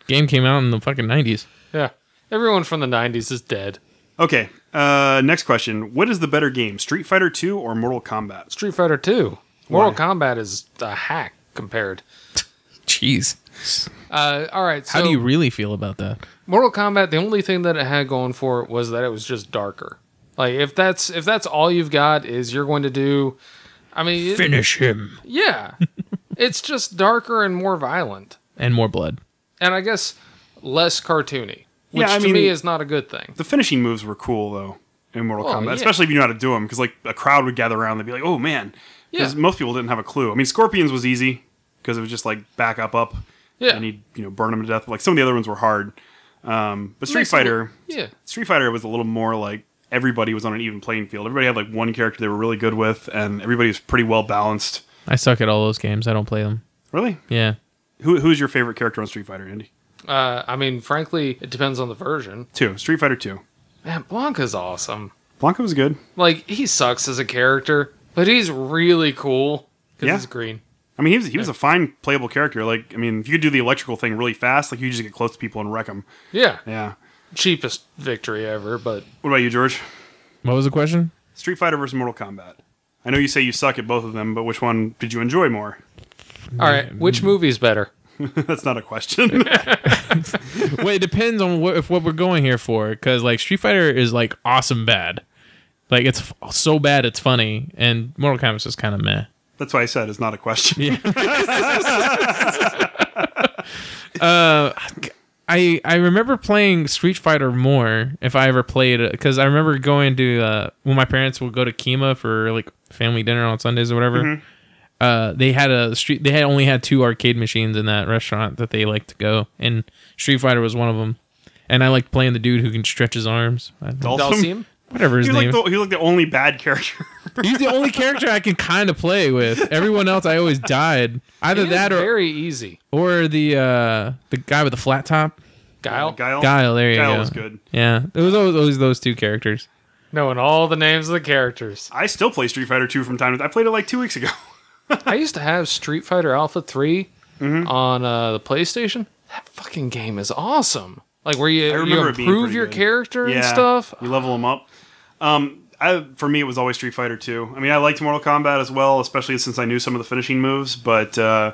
S3: Game came out in the fucking nineties.
S2: Yeah. Everyone from the 90s is dead.
S1: Okay. Uh, next question: What is the better game, Street Fighter Two or Mortal Kombat?
S2: Street Fighter 2. Mortal Kombat is a hack compared.
S3: Jeez.
S2: Uh, all right. So
S3: How do you really feel about that?
S2: Mortal Kombat, the only thing that it had going for it was that it was just darker. Like if that's if that's all you've got is you're going to do, I mean, it-
S3: Finish him.
S2: yeah, it's just darker and more violent,
S3: And more blood.
S2: and I guess less cartoony, which
S1: Yeah, I
S2: to
S1: mean-
S2: me is not a good thing.
S1: The finishing moves were cool though in Mortal
S2: Oh,
S1: Kombat,
S2: yeah.
S1: especially if you knew how to do them, because like a crowd would gather around and they'd be like, "Oh man," because
S2: Yeah.
S1: most people didn't have a clue. I mean, Scorpions was easy because it was just like back up, up,
S2: Yeah.
S1: and he'd you know burn them to death. Like some of the other ones were hard, um, but Street
S2: Makes it look-
S1: Fighter,
S2: Yeah,
S1: Street Fighter was a little more like everybody was on an even playing field. Everybody had like one character they were really good with, and everybody was pretty well balanced.
S3: I suck at all those games. I don't play them.
S1: Really,
S3: Yeah.
S1: who who's your favorite character on Street Fighter, Andy?
S2: uh, I mean, frankly, it depends on the version.
S1: Two Street Fighter Two.
S2: Man, Blanca's awesome.
S1: Blanca was good.
S2: Like he sucks as a character, but he's really cool because
S1: Yeah.
S2: he's green.
S1: I mean, he was he was a fine playable character. Like, I mean, if you could do the electrical thing really fast, like you just get close to people and wreck them.
S2: Yeah,
S1: Yeah.
S2: cheapest victory ever, but
S1: What about you, George?
S3: What was the question?
S1: Street Fighter versus Mortal Kombat. I know you say you suck at both of them, but which one did you enjoy more?
S2: all right, which movie's better?
S1: That's not a question.
S3: well, it depends on what if what we're going here for. Because like Street Fighter is like awesome bad, like it's f- so bad it's funny, and Mortal Kombat's just kind of meh.
S1: That's why I said it's not a question.
S3: I I remember playing Street Fighter more if I ever played it because I remember going to uh, when my parents would go to Kima for like family dinner on Sundays or whatever.
S1: Mm-hmm.
S3: Uh, they had a street. They had only had two arcade machines in that restaurant that they liked to go, and Street Fighter was one of them. And I liked playing the dude who can stretch his arms. I don't-
S2: Dalsim?
S3: Whatever his
S1: He was,
S3: name.
S1: like
S3: is.
S1: the, he was like the only bad character.
S3: He's the only character I can kind of play with. Everyone else, I always died. Either
S2: It is
S3: that or
S2: very easy.
S3: or the uh, the guy with the flat top,
S2: Guile,
S1: Guile.
S3: Guile. There you
S1: Guile
S3: go.
S1: was good.
S3: Yeah, it was always, always those two characters.
S2: knowing all the names of the characters.
S1: I still play Street Fighter 2 from time to time. I played it like two weeks ago.
S2: I used to have Street Fighter Alpha 3
S1: Mm-hmm.
S2: on uh, the PlayStation. That fucking game is awesome. Like where you, you
S1: remember it being
S2: improve
S1: pretty
S2: your
S1: good.
S2: character and
S1: Yeah,
S2: stuff.
S1: You level them up. Um, I, for me, it was always Street Fighter 2. I mean, I liked Mortal Kombat as well, especially since I knew some of the finishing moves. But uh,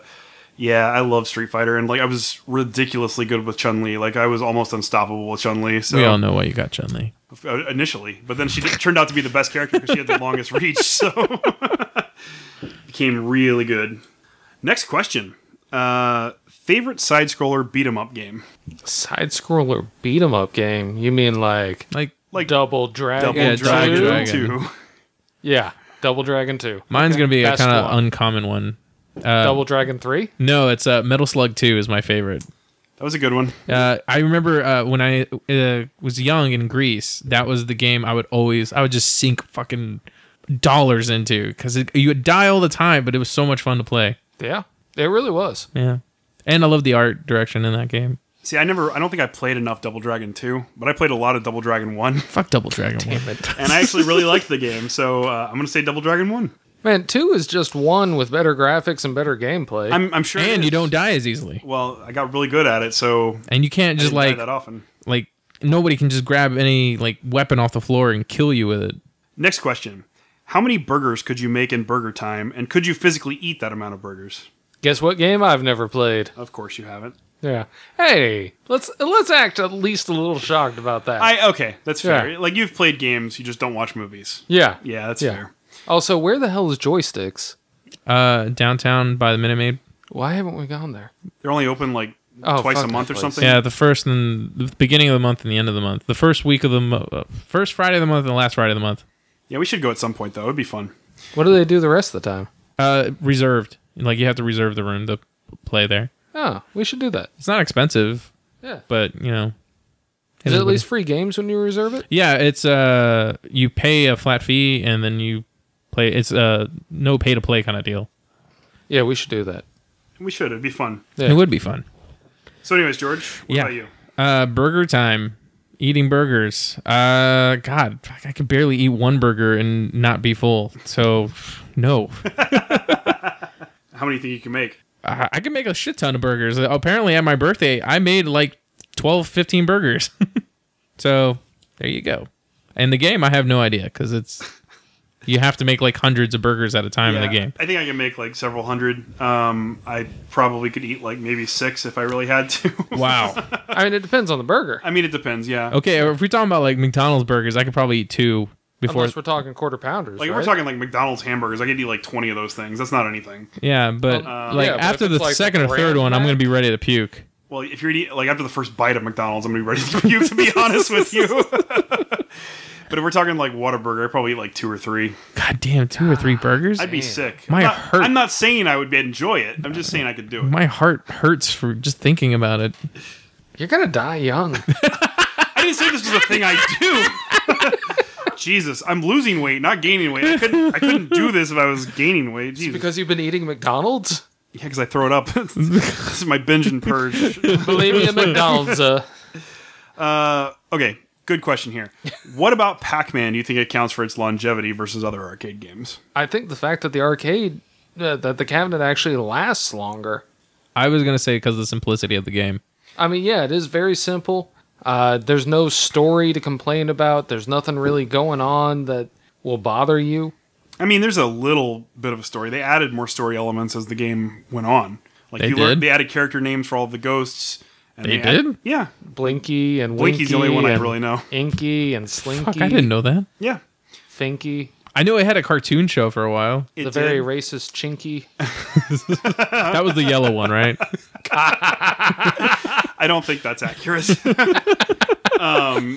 S1: yeah, I love Street Fighter, and like I was ridiculously good with Chun Li. Like I was almost unstoppable with Chun Li. So
S3: We all know why you got Chun Li.
S1: uh, initially, but then she did, turned out to be the best character because she had the longest reach. So became really good. Next question: uh, Favorite side scroller beat 'em up game?
S2: Side scroller beat 'em up game. You mean like
S3: Like
S1: Like
S2: Double Dragon?
S1: Double
S3: Yeah,
S1: Dragon,
S3: Double Dragon.
S1: 2.
S2: Yeah, Double Dragon 2.
S3: mine's gonna be a
S2: Best
S3: kind of
S2: one.
S3: uncommon one.
S2: Double Dragon 3?
S3: No, it's uh, Metal Slug Two is my favorite.
S1: That was a good one.
S3: Uh, I remember uh, when I uh, was young in Greece, that was the game I would always, I would just sink fucking dollars into because you would die all the time, but it was so much fun to play.
S2: Yeah, it really was.
S3: Yeah. And I love the art direction in that game.
S1: See, I never, I don't think I played enough Double Dragon 2, but I played a lot of Double Dragon 1,
S3: Fuck Double Dragon. Damn
S1: and I actually really liked the game, so uh, I'm going to say Double Dragon 1.
S2: Man, 2 is just one with better graphics and better gameplay.
S1: I'm, I'm sure. it
S3: And you
S1: is.
S3: don't die as easily.
S1: Well, I got really good at it, so
S3: And you can't
S1: I
S3: just
S1: didn't die
S3: like
S1: that often.
S3: like nobody can just grab any like weapon off the floor and kill you with it.
S1: Next question. How many burgers could you make in burger time, and could you physically eat that amount of burgers?
S2: Guess what game I've never played?
S1: Of course you haven't.
S2: Yeah. Hey, let's let's act at least a little shocked about that.
S1: I okay, that's fair.
S2: Yeah.
S1: Like you've played games, you just don't watch movies.
S2: yeah.
S1: Yeah, that's
S2: Yeah.
S1: fair.
S2: Also, where the hell is joysticks?
S3: Uh downtown by the Minute Maid.
S2: Why haven't we gone there?
S1: They're only open like
S2: Oh,
S1: twice
S2: fuck
S1: a
S2: that
S1: month or
S2: place.
S1: something.
S3: Yeah, the first and the beginning of the month and the end of the month. The first week of the mo- uh, first Friday of the month and the last Friday of the month.
S1: Yeah, we should go at some point though. It'd be fun.
S2: What do they do the rest of the time?
S3: Uh, reserved. Like you have to reserve the room to play there.
S2: Oh, we should do that.
S3: It's not expensive,
S2: Yeah.
S3: but you know,
S2: Is it at least free games when you reserve it?
S3: yeah. It's uh, you pay a flat fee and then you play. It's uh, no pay to play kind of deal.
S2: Yeah, we should do that.
S1: We should. It'd be fun.
S2: Yeah.
S3: It would be fun.
S1: So, anyways, George, what
S3: Yeah.
S1: about you?
S3: Uh, burger time. Eating burgers. Uh, God, I could barely eat one burger and not be full. So, no.
S1: How many do you think you can make?
S3: I I can make a shit ton of burgers. Uh, Apparently, at my birthday, I made like 12, 15 burgers. so there you go. And the game, I have no idea because it's you have to make like hundreds of burgers at a time in the game.
S1: I think I can make like several hundred. Um, I probably could eat like maybe six if I really had to.
S3: Wow.
S2: I mean, it depends on the burger.
S1: I mean, it depends. Yeah.
S3: okay, if we're talking about like McDonald's burgers, I could probably eat two before.
S2: Unless we're talking quarter pounders.
S1: Like if
S2: right?
S1: we're talking like McDonald's hamburgers, I could eat like twenty of those things. That's not anything.
S3: Yeah, but like
S2: Oh, yeah, but if
S3: after the
S2: it's, like,
S3: second or
S2: brand
S3: third one, I'm
S2: packed.
S3: gonna be ready to puke.
S1: Well, if you're eating like after the first bite of McDonald's, I'm gonna be ready for you. To be honest with you. but if we're talking like Whataburger, I probably eat like two or three.
S3: God damn, two or
S2: Ah,
S3: three burgers.
S1: I'd be sick.
S3: My
S1: I'm not,
S3: hurt.
S1: I'm not saying I would enjoy it. I'm just saying I could do it.
S3: My heart hurts for just thinking about it.
S2: You're gonna die young.
S1: I didn't say this was a thing I do. Jesus, I'm losing weight, not gaining weight. I couldn't. I couldn't do this if I was gaining weight. Jesus.
S2: because you've been eating McDonald's?
S1: Yeah, because I throw it up. this is my binge and purge.
S2: Believe me, a McDonald's. Uh,
S1: Uh, okay, good question here. What about Pac-Man? Do you think it counts for its longevity versus other arcade games?
S2: I think the fact that the arcade, uh, that the cabinet actually lasts longer.
S3: I was gonna say because of the simplicity of the game.
S2: I mean, yeah, it is very simple. Uh, there's no story to complain about. There's nothing really going on that will bother you.
S1: I mean, there's a little bit of a story. They added more story elements as the game went on. Like
S3: They
S1: you learned,
S3: did?
S1: they added character names for all of the ghosts. And
S3: They
S1: add-
S3: did?
S1: yeah,
S2: Blinky and
S1: Blinky's the only
S2: Winky
S1: one I
S2: and
S1: really know.
S2: Inky and Slinky.
S3: Fuck, I didn't know that.
S1: Yeah,
S2: Finky.
S3: I knew it had a cartoon show for a while.
S1: it
S2: the very
S1: did.
S2: racist Chinky. Uh.
S3: That was the yellow one, right?
S1: I don't think that's accurate. um,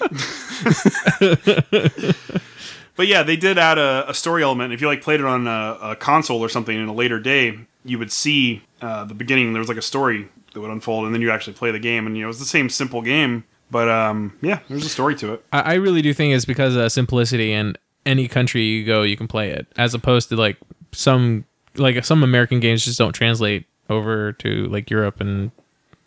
S1: but yeah, they did add a, a story element. If you like played it on a, a console or something in a later day, you would see uh, the beginning. There was like a story that would unfold, and then you actually play the game. And you know, it was the same simple game, but um, yeah, there's a story to it.
S3: I, I really do think it's because of simplicity and any country you go, you can play it, as opposed to like some like some American games just don't translate over to like Europe and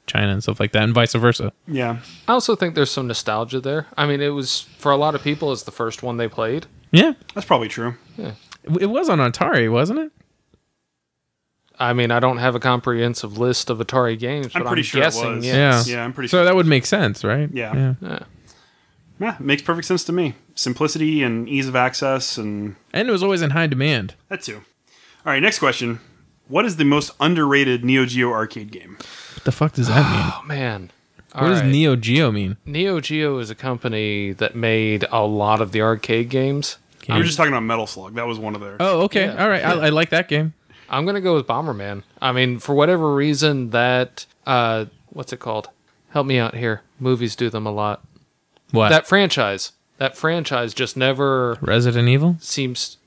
S3: China and stuff like that, and vice versa.
S1: Yeah,
S2: I also think there's some nostalgia there. I mean, it was for a lot of people, it's the first one they played.
S3: Yeah,
S1: that's probably true.
S3: it was on Atari, wasn't it?
S2: I mean, I don't have a comprehensive list of Atari games, but
S1: I'm
S2: I'm
S1: pretty sure
S2: guessing,
S1: it was.
S2: yes.
S1: yeah, I'm pretty
S3: So
S1: sure.
S3: that would make sense, right?
S1: Yeah.
S2: Yeah.
S1: yeah, it makes perfect sense to me. Simplicity and ease of access, and
S3: and it was always in high demand.
S1: that too. All right, next question. What is the most underrated Neo Geo arcade game?
S3: What the fuck does that mean?
S2: Oh man.
S3: what
S2: All
S3: does
S2: right.
S3: Neo Geo mean?
S2: Neo Geo is a company that made a lot of the arcade games.
S1: We were just talking about Metal Slug. That was one of their.
S3: Oh, okay,
S2: Yeah.
S3: all right. I, I like that game.
S2: I'm gonna go with Bomberman. I mean, for whatever reason, that uh, what's it called? Help me out here. Movies do them a lot.
S3: What
S2: That franchise, that franchise, just never
S3: Resident Evil?
S2: seems.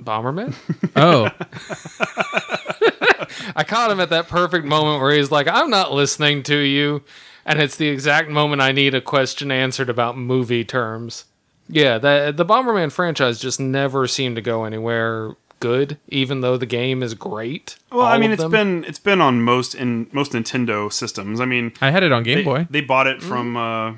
S2: Bomberman.
S3: Oh,
S2: I caught him at that perfect moment where he's like, "I'm not listening to you," and it's the exact moment I need a question answered about movie terms. Yeah, the the Bomberman franchise just never seemed to go anywhere good, even though the game is great.
S1: well, I
S2: All
S1: mean,
S2: of
S1: it's
S2: them.
S1: been it's been on most in most Nintendo systems. I mean,
S3: I had it on Game
S1: they,
S3: Boy.
S1: they bought it from uh,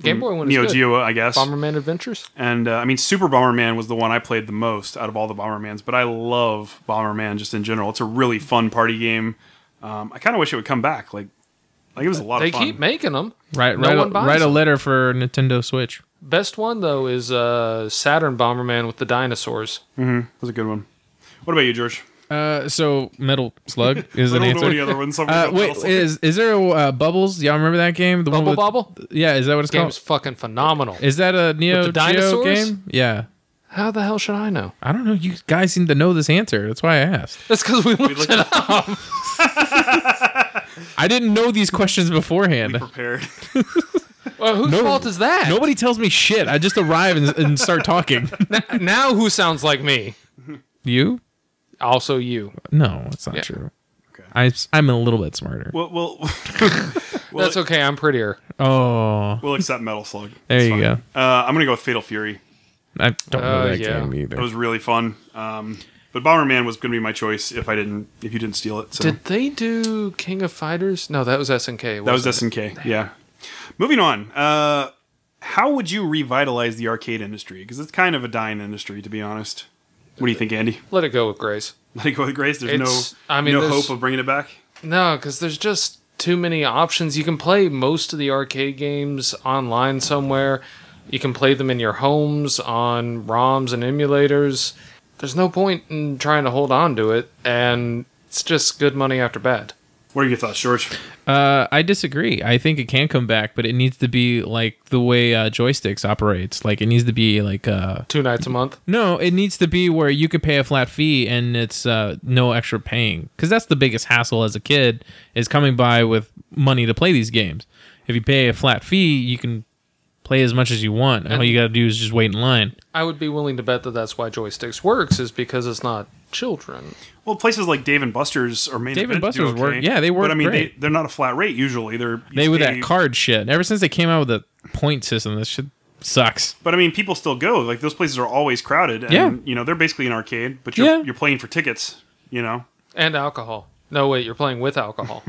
S2: Game Boy Hmm. one is
S1: Neo
S2: good.
S1: Geo, I guess.
S2: Bomberman Adventures.
S1: And uh, I mean, Super Bomberman was the one I played the most out of all the Bombermans. But I love Bomberman just in general. It's a really fun party game. Um, I kind of wish it would come back. Like, like it was a lot
S2: They
S1: of fun.
S2: keep making them.
S3: Right,
S2: No
S3: write,
S2: one
S3: a,
S2: buys
S3: write a
S2: them.
S3: letter for Nintendo Switch.
S2: Best one though is uh, Saturn Bomberman with the dinosaurs.
S1: That was a good one. What about you, George?
S3: Uh, so Metal Slug is
S1: I
S3: an
S1: don't know any
S3: answer.
S1: other ones. so I'm
S3: Uh,
S1: gonna go
S3: wait,
S1: Metal Slug.
S3: is is there a uh, Bubbles? Y'all remember that game? The
S2: Bubble
S3: one with,
S2: Bobble
S3: Yeah, is that what it's
S2: game's
S3: called?
S2: fucking phenomenal.
S3: Is that a Neo
S2: the
S3: Geo
S2: dinosaurs?
S3: game? Yeah,
S2: How the hell should I know?
S3: I don't know. You guys seem to know this answer. That's why I asked.
S2: That's because we looked
S1: looked
S2: it up.
S3: I didn't know these questions beforehand.
S1: prepared.
S2: Well, whose
S3: No-
S2: fault is that?
S3: Nobody tells me shit. I just arrive and, and start talking.
S2: Now who sounds like me?
S3: you?
S2: Also you.
S3: No, it's not true. I, I'm a little bit smarter.
S1: We'll, we'll,
S2: That's okay. I'm prettier.
S3: Oh,
S1: we'll accept Metal Slug.
S3: there
S1: It's
S3: you
S1: fine.
S3: go.
S1: Uh, I'm gonna go with Fatal Fury.
S3: I don't know
S2: Uh,
S3: that
S2: yeah.
S3: game
S1: It
S3: either.
S1: was really fun. Um, but Bomberman was gonna be my choice if I didn't if you didn't steal it. So
S2: Did they do King of Fighters? No, that was SNK.
S1: that was
S2: wasn't
S1: SNK. Yeah. Moving on. Uh, how would you revitalize the arcade industry? Because it's kind of a dying industry, to be honest. What do you think, Andy?
S2: it? Let it go with Grace.
S1: Let it go with Grace. There's
S2: It's-
S1: no,
S2: I mean,
S1: no
S2: there's-
S1: hope of bringing it back.
S2: No, because there's just too many options. You can play most of the arcade games online somewhere. You can play them in your homes on ROMs and emulators. There's no point in trying to hold on to it, and it's just good money after bad.
S1: What are your thoughts, George?
S3: Uh, I disagree. I think it can come back, but it needs to be like the way uh, joysticks operates. Like it needs to be like uh,
S2: Two nights a month.
S3: no, it needs to be where you could pay a flat fee and it's uh, no extra paying. Because that's the biggest hassle as a kid is coming by with money to play these games. If you pay a flat fee, you can play as much as you want. And all you got to do is just wait in line.
S2: I would be willing to bet that that's why Joysticks works, is because it's not children.
S1: Well, places like Dave and Buster's or Main
S3: Dave and
S1: Event do okay,
S3: Buster's work- yeah, they work
S1: But I mean,
S3: great.
S1: They, they're not a flat rate usually. They're you
S3: They with
S1: pay-
S3: that card shit. Ever since they came out with the point system, this shit sucks.
S1: But I mean, people still go. Like those places are always crowded. And,
S3: Yeah.
S1: You know, they're basically an arcade, but you're
S3: Yeah.
S1: you're playing for tickets. You know,
S2: And alcohol. No, wait, you're playing with alcohol.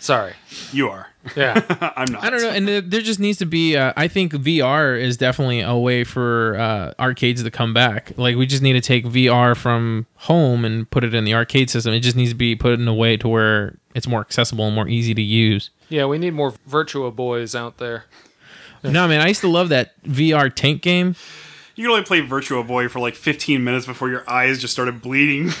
S2: Sorry.
S1: you are.
S2: Yeah.
S1: I'm not.
S3: I don't know, and there, there just needs to be. Uh, I think VR is definitely a way for uh, arcades to come back. Like we just need to take VR from home and put it in the arcade system. It just needs to be put in a way to where it's more accessible and more easy to use.
S2: Yeah, we need more Virtua Boys out there.
S3: No, man, I used to love that VR tank game.
S1: You could only play Virtua Boy for like 15 minutes before your eyes just started bleeding.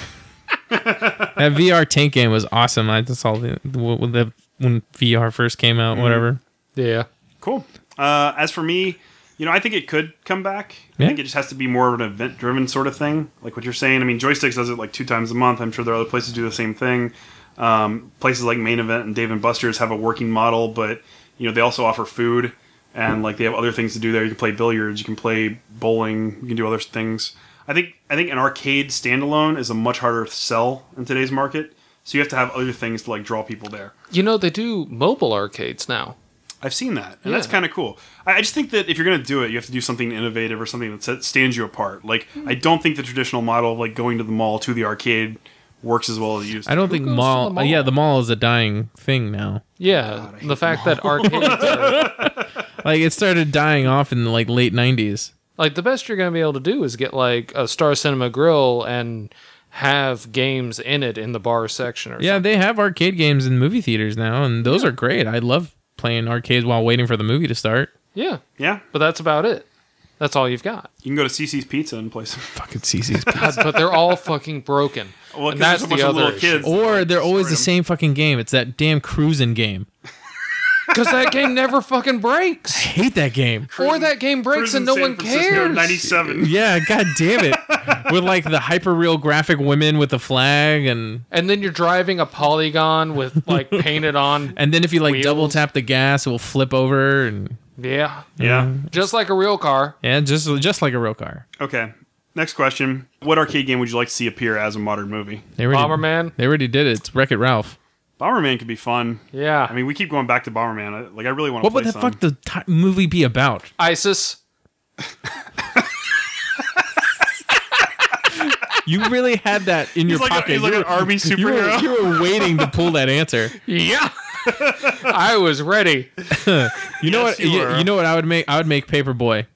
S3: That VR tank game was awesome. I just saw the, the, when the when VR first came out, whatever.
S2: Yeah.
S1: Cool. Uh, as for me, you know, I think it could come back. I
S3: Yeah.
S1: think it just has to be more of an event driven sort of thing, like what you're saying. I mean, Joysticks does it like two times a month. I'm sure there are other places do the same thing. Um, places like Main Event and Dave and Buster's have a working model, but you know they also offer food and like they have other things to do there. You can play billiards, you can play bowling, you can do other things. I think I think an arcade standalone is a much harder sell in today's market. So you have to have other things to like draw people there.
S2: You know, they do mobile arcades now.
S1: I've seen that, and that's
S2: Yeah.
S1: kind of cool. I, I just think that if you're going to do it, you have to do something innovative or something that set, stands you apart. Like,
S2: Mm.
S1: I don't think the traditional model of like going to the mall to the arcade works as well as it used.
S3: I
S1: to.
S3: don't think
S2: goes to
S3: mall,
S2: the mall?
S3: Yeah, the mall is a dying thing now.
S2: Yeah. the fact that arcades are
S3: Like it started dying off in the like late '90s.
S2: like the best you're going to be able to do is get like a Star Cinema Grill and have games in it in the bar section or
S3: Yeah,
S2: something.
S3: they have arcade games in movie theaters now, and those are great. I love playing arcades while waiting for the movie to start.
S2: Yeah.
S1: Yeah,
S2: But that's about it. That's all you've got.
S1: you can go to CC's Pizza and play some.
S3: Fucking CC's.
S2: God, but they're all fucking broken.
S1: Well, 'cause
S2: and
S1: there's
S2: that's
S1: so much
S2: the other
S1: little kids.
S3: or they're always the
S1: Screw 'em.
S3: same fucking game. It's that damn cruising game.
S2: Because that game never fucking breaks.
S3: I hate that game.
S2: or that game breaks
S1: Cruising
S2: and no
S1: San
S2: one
S1: Francisco,
S2: cares.
S1: Ninety-seven.
S3: Yeah, god damn it. with like the hyper real graphic women with the flag and
S2: and then you're driving a polygon with like painted on.
S3: and then if you like
S2: Wheels.
S3: double tap the gas, it will flip over and
S2: Yeah.
S1: Yeah.
S2: Just like a real car.
S3: yeah, just just like a real car.
S1: Okay. Next question: What arcade game would you like to see appear as a modern movie?
S3: They already,
S2: Bomberman.
S3: They already did it. It's Wreck It Ralph.
S1: Bomberman could be fun.
S2: Yeah.
S1: I mean, we keep going back to Bomberman. I- Like, I really want to
S3: What
S1: play
S3: would the
S1: some.
S3: fuck the t- movie be about?
S2: ISIS.
S3: You really had that in your
S1: He's like, a,
S3: pocket.
S1: he's like
S3: You
S1: an
S3: were-
S1: army
S3: you were,
S1: superhero.
S3: you were waiting to pull that answer.
S2: Yeah. I was ready.
S3: You know
S1: Yes,
S3: what?
S1: you
S3: You,
S1: were.
S3: you know what I would make? I would make Paperboy.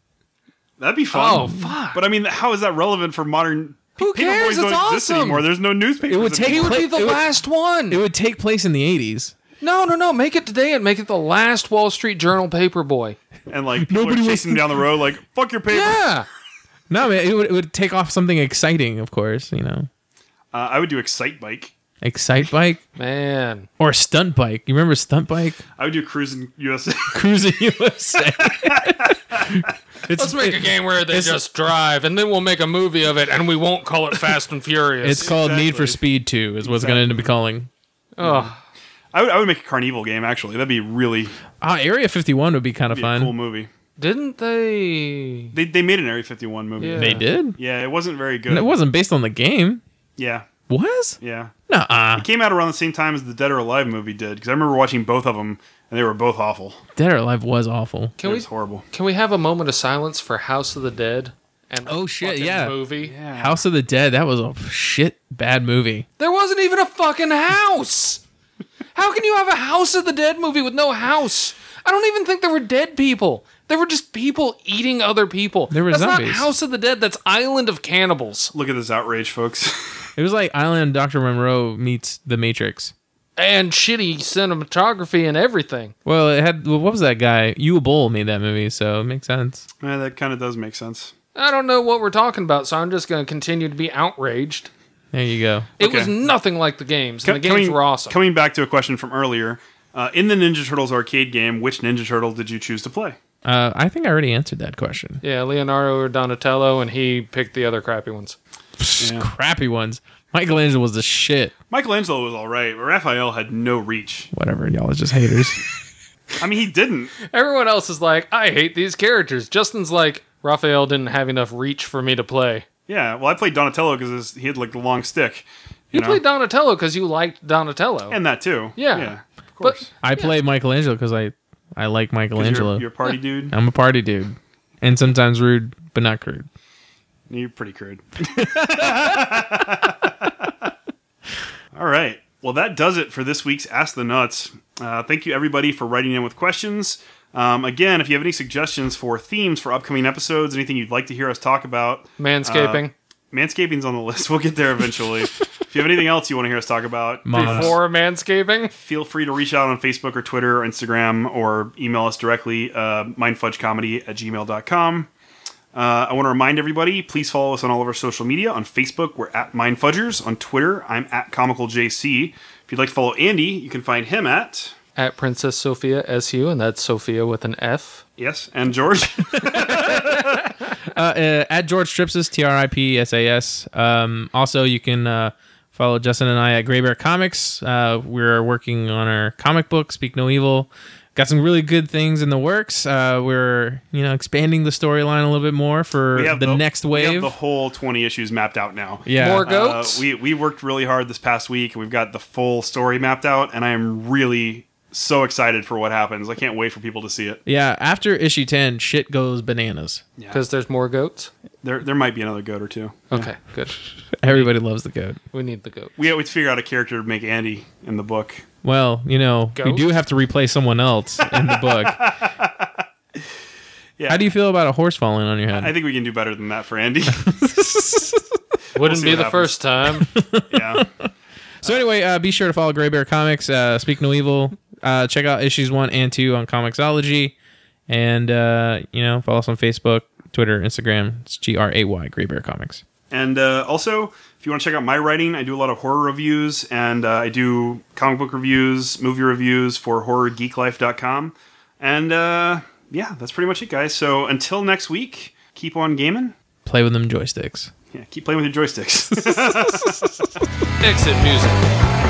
S1: That'd be fun.
S2: Oh, fuck.
S1: But I mean, how is that relevant for modern?
S2: Who
S1: Paperboys
S2: cares?
S1: don't
S2: It's
S1: exist
S2: awesome.
S1: anymore. There's no newspapers.
S3: It would
S2: He
S3: take-
S2: would be
S3: It
S2: the
S3: would-
S2: last one.
S3: It would take place in the eighties.
S2: no, no, no. Make it today and make it the last Wall Street Journal paper boy.
S1: and like people
S3: Nobody
S1: are
S3: was-
S1: chasing them down the road, like fuck your paper.
S2: Yeah.
S3: No, man, it would, it would take off something exciting, of course. You know,
S1: Uh, I would do Excite Bike.
S3: excite bike
S2: Man.
S3: or stunt bike. You remember stunt bike
S1: I would do Cruising USA.
S3: cruising USA? it's,
S2: Let's make a
S3: it-
S2: game where they just drive and then we'll make a movie of it and we won't call it Fast and Furious.
S3: It's called Need for
S1: Exactly.
S3: Speed Two. Is what it's going to end up be calling.
S2: Ugh.
S1: I would, I would make a carnival game actually. That'd be really
S3: Ah, Area 51 would be kind of
S1: be a
S3: fun.
S1: cool movie.
S2: Didn't they?
S1: They, they made an Area 51 movie.
S2: Yeah.
S1: Yeah,
S3: They did?
S1: it wasn't very good.
S3: And it wasn't based on the game.
S1: Yeah,
S3: Was?
S1: yeah.
S3: Nuh-uh.
S1: Came out around the same time as the Dead or Alive movie did because I remember watching both of them and they were both awful.
S3: Dead or Alive was awful.
S2: Can
S1: it
S2: we
S1: was horrible.
S2: can we have a moment of silence for House of the Dead? And
S3: Oh, shit,
S2: fucking
S3: yeah.
S2: Movie.
S3: House of the Dead, that was a shit bad movie.
S2: There wasn't even a fucking house. How can you have a House of the Dead movie with no house? I don't even think there were dead people. There were just people eating other people.
S3: There were
S2: that's
S3: zombies.
S2: not House of the Dead. That's Island of Cannibals.
S1: Look at this outrage, folks.
S3: It was like Island Dr. Monroe meets The Matrix.
S2: And shitty cinematography and everything.
S3: Well, it had well, what was that guy? You Bull made that movie, so it makes sense.
S1: yeah, that kind of does make sense.
S2: I don't know what we're talking about, so I'm just going to continue to be outraged.
S3: There you go.
S2: It
S1: Okay.
S2: was nothing like the games. and the games
S1: coming,
S2: were awesome.
S1: Coming back to a question from earlier, uh, in the Ninja Turtles arcade game, which Ninja Turtle did you choose to play?
S3: Uh, I think I already answered that question.
S2: yeah, Leonardo or Donatello, and he picked the other crappy ones.
S3: Crappy ones. Michelangelo was the shit.
S1: Michelangelo was all right, but Raphael had no reach.
S3: Whatever, y'all is just haters.
S1: I mean, he didn't.
S2: Everyone else is like, I hate these characters. Justin's like, Raphael didn't have enough reach for me to play.
S1: Yeah, well, I played Donatello because he had like the long stick.
S2: You,
S1: know?
S2: played Donatello because you liked Donatello.
S1: and that too.
S2: Yeah.
S1: yeah, of
S2: But-
S1: course.
S3: I play Michelangelo because I I like
S1: 'Cause
S3: Michelangelo.
S1: You're, you're a party dude.
S3: I'm a party dude, and sometimes rude, but not crude.
S1: You're pretty crude. All right. Well, that does it for this week's Ask the Nuts. Uh, thank you, everybody, for writing in with questions. Um, again, if you have any suggestions for themes for upcoming episodes, anything you'd like to hear us talk about,
S2: Manscaping.
S1: manscaping's on the list. We'll get there eventually. if you have anything else you want to hear us talk about,
S3: Moms.
S2: For manscaping.
S1: feel free to reach out on Facebook or Twitter or Instagram or email us directly, uh, mindfudgecomedy at gmail.com. Uh, I want to remind everybody, please follow us on all of our social media. On Facebook, we're at Mindfudgers. On Twitter, I'm at ComicalJC. If you'd like to follow Andy, you can find him at,
S2: At Princess Sophia SU, and that's Sophia with an F.
S1: yes, and George.
S3: Uh, uh, at George Stripsas, T R I P S A S. Um, also, you can uh, follow Justin and I at Gray Bear Comics. Uh, we're working on our comic book, Speak No Evil. Got some really good things in the works. Uh, we're you know expanding the storyline a little bit more for
S1: We
S3: the,
S1: have
S3: next
S1: We
S3: wave.
S1: have the whole 20 issues mapped out now.
S3: yeah,
S2: More
S1: Uh,
S2: goats.
S1: we, we worked really hard this past week and we've got the full story mapped out, and I am really so excited for what happens. I can't wait for people to see it.
S3: yeah. After issue ten, shit goes bananas.
S2: Because there's more goats.
S1: There, there might be another goat or two.
S2: Okay, good.
S3: Everybody loves the goat.
S2: We need the goat.
S1: We always figure out a character to make Andy in the book.
S3: Well, you know, we
S2: Goat?
S3: do have to replace someone else in the book.
S1: Yeah.
S3: How do you feel about a horse falling on your head?
S1: I think we can do better than that for Andy.
S2: Wouldn't
S1: see
S2: be
S1: what
S2: the
S1: happens.
S2: first time.
S1: yeah.
S3: So anyway, uh, be sure to follow Gray Bear Comics. Uh, Speak No Evil. Uh, check out issues one and two on Comixology, and uh, you know, follow us on Facebook, Twitter, Instagram. It's G R A Y Gray Bear Comics.
S1: And uh, also, if you want to check out my writing, I do a lot of horror reviews and uh, I do comic book reviews, movie reviews for horrorgeeklife.com. And uh, yeah, that's pretty much it, guys. So until next week, keep on gaming.
S3: Play with them joysticks.
S1: Yeah, keep playing with your joysticks.
S2: Exit music.